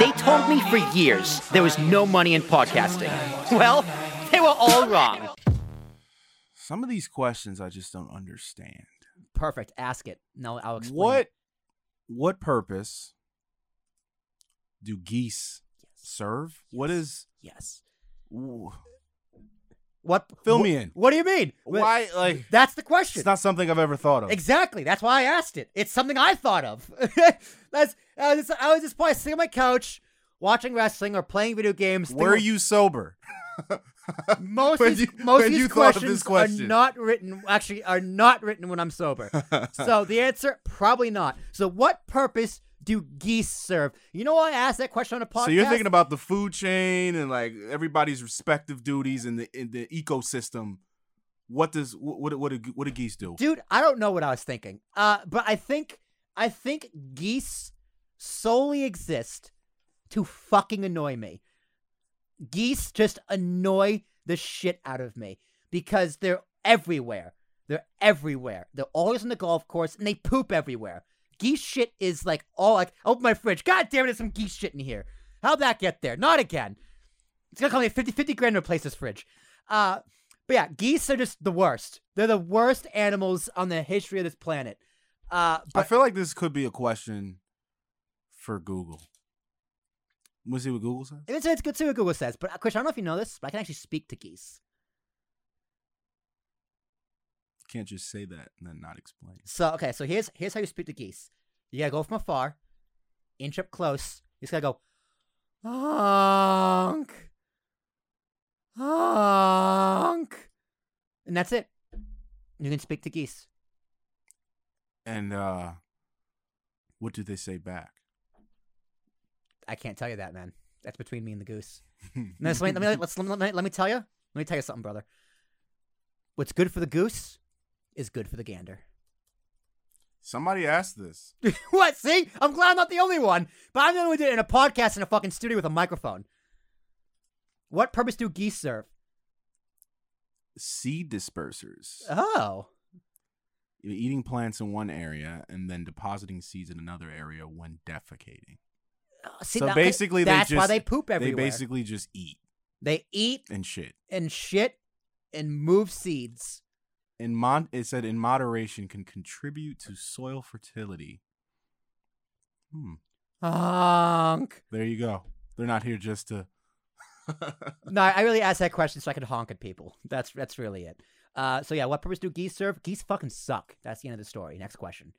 They told me for years there was no money in podcasting. Well, they were all wrong. Some of these questions I just don't understand. Perfect. Ask it. No, I'll explain. What what purpose do geese serve? What is Yes. ooh, What? Fill wh- me in. What do you mean? Wh- why like That's the question. it's not something I've ever thought of. Exactly. That's why I asked it. It's something I thought of. That's I was, just, I was just probably sitting on my couch, watching wrestling or playing video games. Were thinking- you sober? Most when of these- you- most of when these you thought of questions this are question? not written. Actually, are not written when I'm sober. so the answer probably not. So what purpose do geese serve? You know why I asked that question on a podcast? So you're thinking about the food chain and like everybody's respective duties in the in the ecosystem. What does what what what do, what do geese do? dude i don't know what i was thinking uh but i think i think geese solely exist to fucking annoy me geese just annoy the shit out of me because they're everywhere they're everywhere they're always on the golf course and they poop everywhere geese shit is like all like open my fridge god damn it there's some geese shit in here how'd that get there not again it's gonna cost me 50, 50 grand to replace this fridge. Uh, but yeah, geese are just the worst. They're the worst animals on the history of this planet. Uh, I but feel like this could be a question for Google. Let's see what Google says. it's, it's good to see what Google says. But uh, Chris, I don't know if you know this, but I can actually speak to geese. Can't just say that and then not explain. So okay, so here's here's how you speak to geese. You gotta go from afar, inch up close. You just gotta go, honk, honk, and that's it. You can speak to geese. And uh what did they say back? I can't tell you that, man. That's between me and the goose. No, so wait, let me let's, let, me, let me tell you. Let me tell you something, brother. What's good for the goose is good for the gander. Somebody asked this. what? See, I'm glad I'm not the only one. But I'm the only one who did it in a podcast in a fucking studio with a microphone. What purpose do geese serve? Seed dispersers. Oh, You're eating plants in one area and then depositing seeds in another area when defecating. see, so that- basically, they that's just, why they poop everywhere. They basically just eat they eat and shit. and shit and move seeds. In mon, it said in moderation can contribute to soil fertility. Hmm. Honk. There you go. They're not here just to. no, I really asked that question so I could honk at people. That's that's really it. Uh, so yeah, what purpose do geese serve? Geese fucking suck. That's the end of the story. Next question.